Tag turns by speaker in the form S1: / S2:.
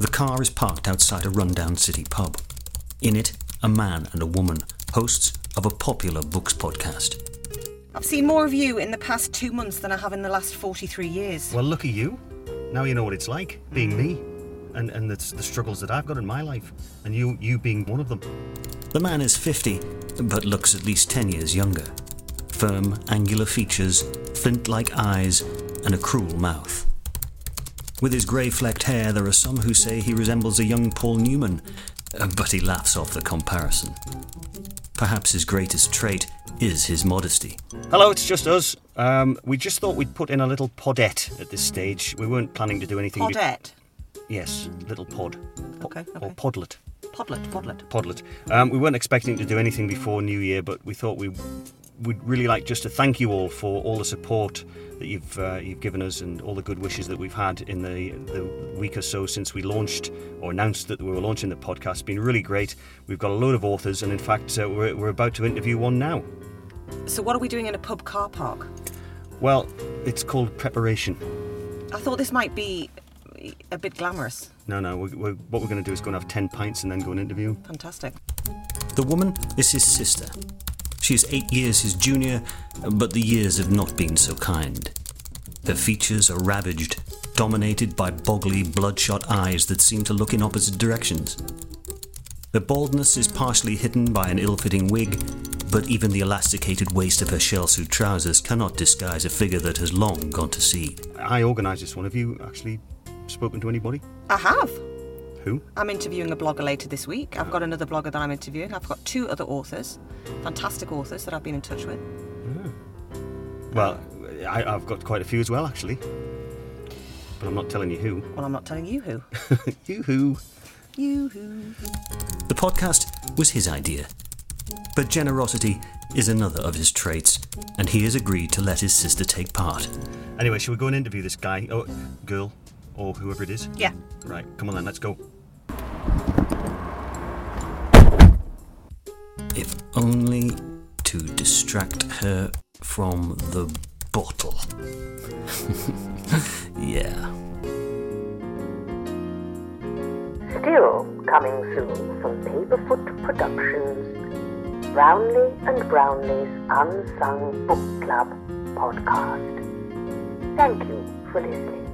S1: The car is parked outside a rundown city pub. In it, a man and a woman, hosts of a popular books podcast.
S2: I've seen more of you in the past two months than I have in the last 43 years.
S3: Well, look at you. Now you know what it's like being me, and and the, the struggles that I've got in my life, and you you being one of them.
S1: The man is 50, but looks at least 10 years younger. Firm, angular features, flint like eyes, and a cruel mouth. With his grey flecked hair, there are some who say he resembles a young Paul Newman, uh, but he laughs off the comparison. Perhaps his greatest trait is his modesty.
S3: Hello, it's just us. Um, we just thought we'd put in a little podette at this stage. We weren't planning to do anything. be-
S2: Podette.
S3: yes, little pod. Po-
S2: Okay,
S3: Or
S2: okay.
S3: podlet.
S2: Podlet, podlet.
S3: Podlet. Um, we weren't expecting to do anything before New Year, but we thought we would really like just to thank you all for all the support that you've uh, you've given us and all the good wishes that we've had in the the week or so since we launched or announced that we were launching the podcast. It's been really great. We've got a load of authors, and in fact, uh, we're, we're about to interview one now.
S2: So, what are we doing in a pub car park?
S3: Well, it's called preparation.
S2: I thought this might be a bit glamorous.
S3: No, no. We're, we're, what we're going to do is go and have ten pints and then go and interview.
S2: Fantastic.
S1: The woman is his sister. She is eight years his junior, but the years have not been so kind. Her features are ravaged, dominated by boggly, bloodshot eyes that seem to look in opposite directions. Her baldness is partially hidden by an ill fitting wig, but even the elasticated waist of her shell suit trousers cannot disguise a figure that has long gone to seed.
S3: I organised this one. Have you actually spoken to anybody?
S2: I have.
S3: Who?
S2: I'm interviewing a blogger later this week. I've got another blogger that I'm interviewing. I've got two other authors, fantastic authors that I've been in touch with.
S3: Well, I, I've got quite a few as well, actually. But I'm not telling you who.
S2: Well, I'm not telling you who.
S3: you who?
S2: you who.
S1: The podcast was his idea. But generosity is another of his traits, and he has agreed to let his sister take part.
S3: Anyway, shall we go and interview this guy, or girl, or whoever it is?
S2: Yeah.
S3: Right, come on then, let's go.
S1: If only to distract her from the bottle. yeah.
S4: Still coming soon from Paperfoot Productions, Brownlee and Brownlee's Unsung Book Club podcast. Thank you for listening.